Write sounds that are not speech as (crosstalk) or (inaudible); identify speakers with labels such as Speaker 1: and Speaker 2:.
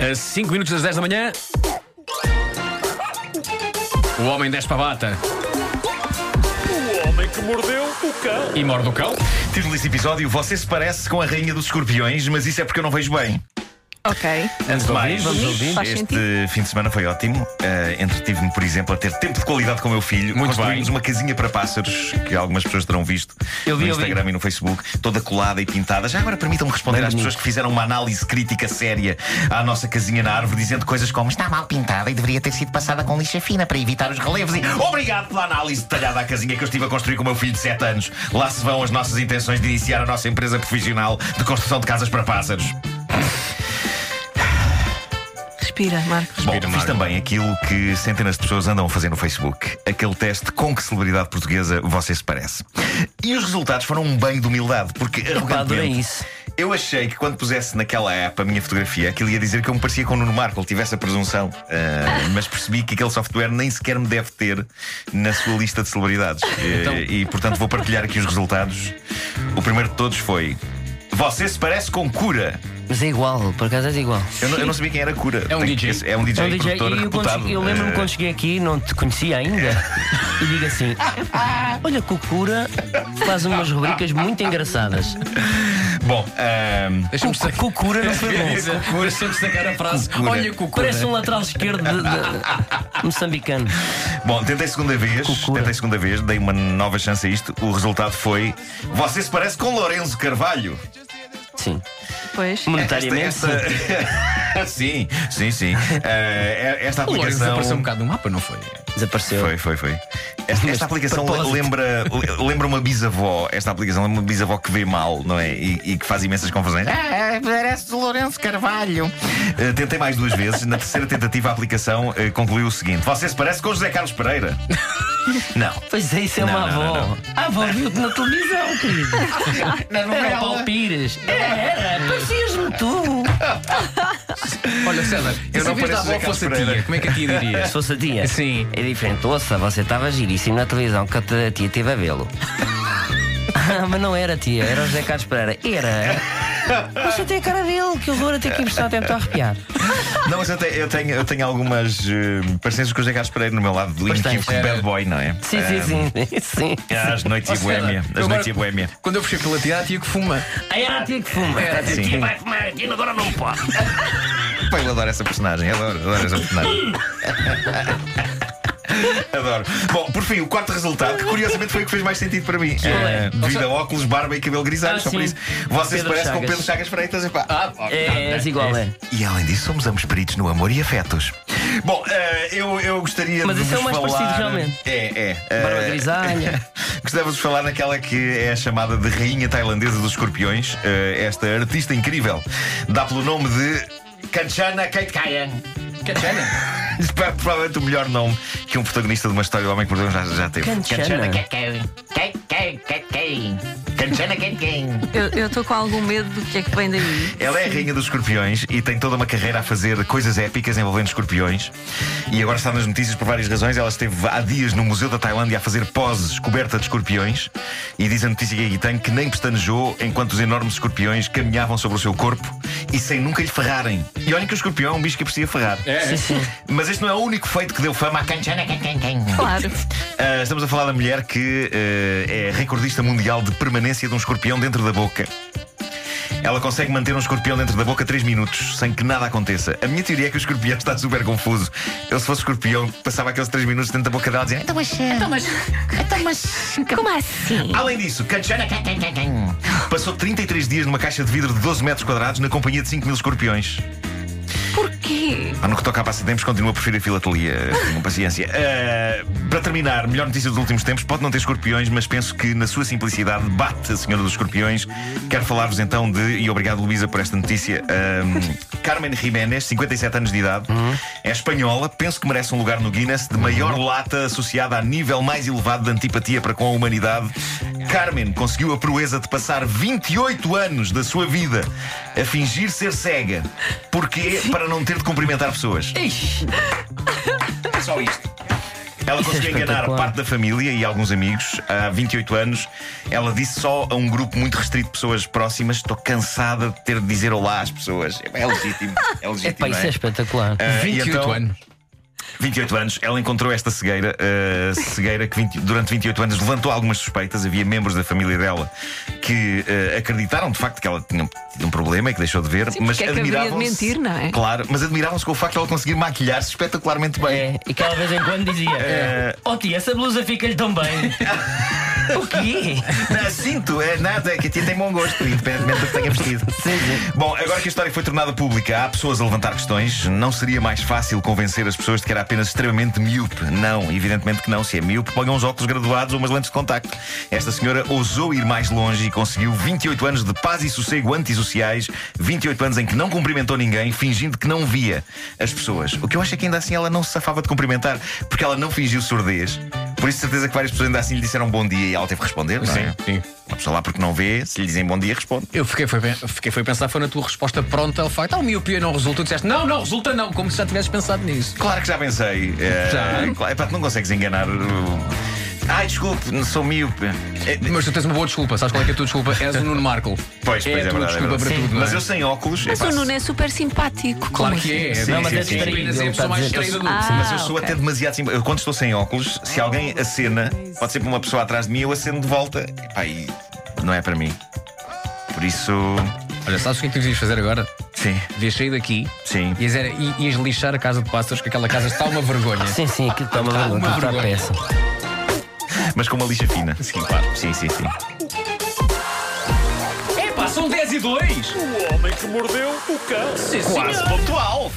Speaker 1: A 5 minutos das 10 da manhã. O homem desce para a bata
Speaker 2: O homem que mordeu o cão.
Speaker 1: e morde o cão.
Speaker 3: Título desse episódio: Você se parece com a Rainha dos Escorpiões, mas isso é porque eu não vejo bem.
Speaker 4: Ok.
Speaker 3: Antes de mais,
Speaker 1: Vamos
Speaker 4: ouvir. Faz
Speaker 3: este fim de semana foi ótimo. Eh, Entretive-me, por exemplo, a ter tempo de qualidade com o meu filho.
Speaker 1: Muito
Speaker 3: Construímos
Speaker 1: bem.
Speaker 3: uma casinha para pássaros que algumas pessoas terão visto
Speaker 1: Eu vi,
Speaker 3: no
Speaker 1: eu vi.
Speaker 3: Instagram e no Facebook, toda colada e pintada. Já agora permitam-me responder às pessoas que fizeram uma análise crítica séria à nossa casinha na árvore, dizendo coisas como está mal pintada e deveria ter sido passada com lixa fina para evitar os relevos. E obrigado pela análise detalhada à casinha que eu estive a construir com o meu filho de 7 anos. Lá se vão as nossas intenções de iniciar a nossa empresa profissional de construção de casas para pássaros.
Speaker 4: Respira, Marcos.
Speaker 3: Bom, fiz também aquilo que centenas de pessoas andam a fazer no Facebook. Aquele teste com que celebridade portuguesa você se parece. E os resultados foram um banho de humildade, porque arrogantemente...
Speaker 5: isso.
Speaker 3: Eu achei que quando pusesse naquela app a minha fotografia, aquilo ia dizer que eu me parecia com o Nuno Marco, ele tivesse a presunção. Ah, mas percebi que aquele software nem sequer me deve ter na sua lista de celebridades. Eh,
Speaker 5: Então-
Speaker 3: E, portanto vou partilhar aqui os resultados. O primeiro de todos foi. Você se parece com cura.
Speaker 5: Mas é igual, por acaso é igual.
Speaker 3: Eu não, eu não sabia quem era cura.
Speaker 1: É um
Speaker 3: Tem-
Speaker 1: DJ.
Speaker 3: É um DJ,
Speaker 5: É um DJ,
Speaker 3: produtor
Speaker 5: e eu, quando
Speaker 3: reputado.
Speaker 5: cheguei- eu lembro-me
Speaker 3: Eh,
Speaker 5: quando cheguei aqui, não te conhecia ainda, e digo assim: Olha, que o Cura faz umas rubricas muito engraçadas.
Speaker 3: Bom, ehm, ahm,
Speaker 1: Deixa-me sacar.
Speaker 5: O Cura não foi
Speaker 1: (laughs)
Speaker 5: bom.
Speaker 1: Deixa-me sacar a frase.
Speaker 3: Cucura.
Speaker 1: Olha, né? cucura.
Speaker 5: Parece um lateral esquerdo de, de- moçambicano.
Speaker 3: bom, tentei segunda vez,
Speaker 5: Cucura.
Speaker 3: tentei segunda vez, dei uma nova chance a isto. O resultado foi: você se parece com Lourenço Carvalho.
Speaker 5: Sim.
Speaker 4: Pois.
Speaker 5: Monetariamente,
Speaker 3: Esta-
Speaker 5: sim.
Speaker 3: esta- (laughs) sim, sim, sim. Eh, esta
Speaker 1: O Lourenço
Speaker 3: aplicação
Speaker 1: desapareceu um bocado do mapa, não foi?
Speaker 5: Desapareceu.
Speaker 3: Foi, foi, foi. Esta,
Speaker 5: Mas
Speaker 3: esta aplicação le-
Speaker 5: propósito.
Speaker 3: lembra, le- lembra uma bisavó. Esta aplicação lembra uma bisavó que vê mal, não é? E, e que faz imensas confusões. Ah, parece de Lourenço Carvalho. Eh, tentei mais duas vezes. Na terceira tentativa, a aplicação eh, concluiu o seguinte: Você se parece com José Carlos Pereira? não.
Speaker 5: Pois é, isso é
Speaker 3: Não,
Speaker 5: uma
Speaker 3: não, não,
Speaker 5: avó. A avó viu-te na televisão, querido. Era o Paulo Pires. Era, era. parecias-me tu.
Speaker 1: Olha, César,
Speaker 3: Eu
Speaker 1: se
Speaker 3: não
Speaker 1: a vez da
Speaker 3: pareço
Speaker 1: avó
Speaker 3: José Carlos
Speaker 1: fosse a tia,
Speaker 3: Pereira.
Speaker 1: como é que a tia diria?
Speaker 5: Se fosse a tia.
Speaker 1: Sim.
Speaker 5: É diferente. Ouça, você estava giríssimo na televisão que a tia tia teve a vê-lo. Ah, Mas não era tia, era o José Carlos Pereira. Era. Você tem a cara dele, que horror, até aqui me está até me estou a arrepiar.
Speaker 3: Não, mas eu, te- eu tenho, eu tenho algumas eh, parecências com o José Carlos Pereira no meu lado do
Speaker 5: Bastante.
Speaker 3: inequívoco
Speaker 1: Era.
Speaker 3: bad boy, não é?
Speaker 5: Sim, sim, sim. sim.
Speaker 3: Ah, As noites
Speaker 1: Ó,
Speaker 3: e
Speaker 1: César,
Speaker 3: boémia. As
Speaker 1: eu
Speaker 3: noites
Speaker 1: agora-
Speaker 3: e boémia.
Speaker 1: Quando eu puxei pela tia, a tia que fuma.
Speaker 5: Ah, Era a tia que fuma.
Speaker 1: Era a tia que
Speaker 3: Sim.
Speaker 5: vai fumar aqui, agora não pode.
Speaker 3: Pai, eu adoro essa personagem, adoro, adoro essa personagem. (laughs) Adoro. Bom, por fim, o quarto resultado, que curiosamente foi o que fez mais sentido para mim.
Speaker 5: é?
Speaker 3: Eh, devido a óculos, barba e cabelo grisalho,
Speaker 5: Ah,
Speaker 3: só por
Speaker 5: sim.
Speaker 3: isso. Vocês
Speaker 5: Pedro
Speaker 3: parecem com
Speaker 5: Chagas.
Speaker 3: Pedro Chagas Freitas. Epá.
Speaker 5: É, és igual, é.
Speaker 3: E além disso, somos ambos peritos no amor e afetos. Bom, eh, eu, eu gostaria
Speaker 5: Mas
Speaker 3: de.
Speaker 5: esse é o
Speaker 3: vos
Speaker 5: mais
Speaker 3: falar...
Speaker 5: parecido, realmente.
Speaker 3: É, é. eh,
Speaker 5: Barba
Speaker 3: (laughs)
Speaker 5: grisalha.
Speaker 3: Gostava-vos de falar naquela que é chamada de Rainha Tailandesa dos Escorpiões. Eh, esta artista incrível dá pelo nome de Kanchana Kaitkayan.
Speaker 1: Cachana.
Speaker 3: Isto é (laughs) provavelmente o melhor nome que um protagonista de uma história do Homem que Perdeu já, já teve.
Speaker 5: Canchana.
Speaker 4: Eu estou com algum medo do que é que vem daí.
Speaker 3: Ela é a rainha dos escorpiões e tem toda uma carreira a fazer coisas épicas envolvendo escorpiões. E agora está nas notícias por várias razões. Ela esteve há dias no Museu da Tailândia a fazer poses coberta de escorpiões. E diz a notícia que tem que nem pestanejou enquanto os enormes escorpiões caminhavam sobre o seu corpo e sem nunca lhe ferrarem. E olhem que o escorpião é um bicho que aprecia ferrar.
Speaker 1: É.
Speaker 5: Sim, sim.
Speaker 3: Mas este não é o único feito que deu fama a Kanchana Kankan.
Speaker 4: Claro.
Speaker 3: Ah, estamos a falar da mulher que eh, é recordista mundial de permanência de um escorpião dentro da boca. Ela consegue manter um escorpião dentro da boca 3 minutos sem que nada aconteça. A minha teoria é que o escorpião (laughs) está super confuso. Eu, se fosse escorpião, passava aqueles 3 minutos dentro da boca dela dizendo.
Speaker 6: Então, mas. Então, mas. Então, mas.
Speaker 4: Como assim?
Speaker 3: Além disso, Kanchana Kankan passou 33 dias numa caixa de vidro de 12 metros quadrados na companhia de 5 mil escorpiões.
Speaker 4: Porquê?
Speaker 3: Ah, no que toca a passatempos, continua a preferir a filatelia. Com paciência. Ah, para terminar, melhor notícia dos últimos tempos: pode não ter escorpiões, mas penso que, na sua simplicidade, bate a Senhora dos Escorpiões. Quero falar-vos então de, e obrigado, Luísa, por esta notícia. ah, Carmen Jiménez, 57 anos de idade, é espanhola, penso que merece um lugar no Guinness de maior lata associada a nível mais elevado de antipatia para com a humanidade. Carmen conseguiu a proeza de passar 28 anos da sua vida a fingir ser cega. Porquê? Para não ter de cumprimentar pessoas.
Speaker 5: Ixi,
Speaker 3: Só isto. Ela
Speaker 5: Isso é
Speaker 3: conseguiu enganar
Speaker 5: espetacular.
Speaker 3: parte da família e alguns amigos. Há 28 anos, ela disse só a um grupo muito restrito de pessoas próximas: Estou cansada de ter de dizer olá às pessoas. É legítimo. É legítimo.
Speaker 5: Epá,
Speaker 3: não
Speaker 5: isso é espetacular.
Speaker 3: Ah, e
Speaker 1: 28
Speaker 3: então-
Speaker 1: anos.
Speaker 3: 28 anos, ela encontrou esta cegueira, eh, cegueira que 20 durante 28 anos levantou algumas suspeitas. Havia membros da família dela que eh, acreditaram de facto que ela tinha um- tinha um problema e que deixou de ver,
Speaker 4: Sim,
Speaker 3: mas
Speaker 4: porque é que haveria de
Speaker 3: admiravam-se.
Speaker 4: mentir, não é?
Speaker 3: Claro, mas admiravam-se com o facto de ela conseguir maquilhar-se espetacularmente bem.
Speaker 5: É, e que ela de vez em quando dizia:
Speaker 1: É.
Speaker 5: Oh tia, essa blusa fica-lhe tão
Speaker 1: (laughs)
Speaker 5: bem. o quê?
Speaker 3: Não, sinto, é nada, é que a tia tem bom gosto, independentemente do que tenha vestido.
Speaker 5: Sim, sim.
Speaker 3: (laughs) Bom, agora que a história foi tornada pública, há pessoas a levantar questões. Não seria mais fácil convencer as pessoas de que era apenas extremamente miúpe? Não, evidentemente que não. Se é miúpe, ponham uns óculos graduados ou umas lentes de contacto. Esta senhora ousou ir mais longe e conseguiu 28 anos de paz e sossego antissociais, 28 anos em que não cumprimentou ninguém, fingindo que não via as pessoas. O que eu acho é que ainda assim ela não se safava de cumprimentar, porque ela não fingiu surdez. Por isso, certeza que várias pessoas ainda assim lhe disseram bom dia e ela teve que responder, não é?
Speaker 1: sim.
Speaker 3: Uma pessoa lá porque não vê, se lhe dizem bom dia, responde.
Speaker 1: Eu fiquei foi, bem- fiquei foi pensar, foi na tua resposta pronta ao facto. Ah, o miopia não resulta. Tu disseste, não, não resulta não, como se já tivesses pensado nisso.
Speaker 3: Claro que já pensei. É,
Speaker 1: Já?
Speaker 3: claro, epá, tu não consegues enganar. o- Ai, desculpe, não sou míope. É,
Speaker 1: Mas tu tens uma boa desculpa, sabes qual é que é a tua desculpa? És o Nuno Marco.
Speaker 3: pois, pois,
Speaker 1: é a tua
Speaker 3: verdade, é
Speaker 1: desculpa
Speaker 3: verdade.
Speaker 1: para
Speaker 3: Sim.
Speaker 1: tudo, não é?
Speaker 3: Mas eu sem óculos.
Speaker 4: Mas
Speaker 3: epá,
Speaker 4: o Nuno é super simpático.
Speaker 1: Claro
Speaker 4: como
Speaker 1: que
Speaker 4: assim?
Speaker 1: é.
Speaker 3: Sim,
Speaker 1: não,
Speaker 3: sim,
Speaker 1: mas
Speaker 3: sim.
Speaker 1: é distraído,
Speaker 5: Ele
Speaker 1: é a
Speaker 5: está a
Speaker 1: pessoa mais
Speaker 5: dizer-
Speaker 1: distraída do
Speaker 4: Ah,
Speaker 1: mundo.
Speaker 3: Mas eu sou
Speaker 4: ok. É
Speaker 3: até demasiado simpático. Eu, Quando estou sem óculos, se alguém acena, pode ser para uma pessoa atrás de mim, eu aceno de volta. Epá, e não é para mim. Por isso.
Speaker 1: Olha, sabes o que é que tu devias fazer agora?
Speaker 3: Sim,
Speaker 1: Devias sair daqui
Speaker 3: sim.
Speaker 1: ias, era, i- ias lixar a casa de pássaros, que aquela casa está uma vergonha.
Speaker 5: Sim, sim, aquilo está uma
Speaker 1: Está
Speaker 5: vergonha,
Speaker 1: Tá uma
Speaker 5: aquilo está
Speaker 1: vergonha.
Speaker 5: péssimo.
Speaker 3: Mas com uma lixa fina. Sim, claro. Sim, sim, sim.
Speaker 1: Epá, são 10 e 2!
Speaker 2: O homem que mordeu o cão.
Speaker 1: Sim, senhor.
Speaker 2: pontual.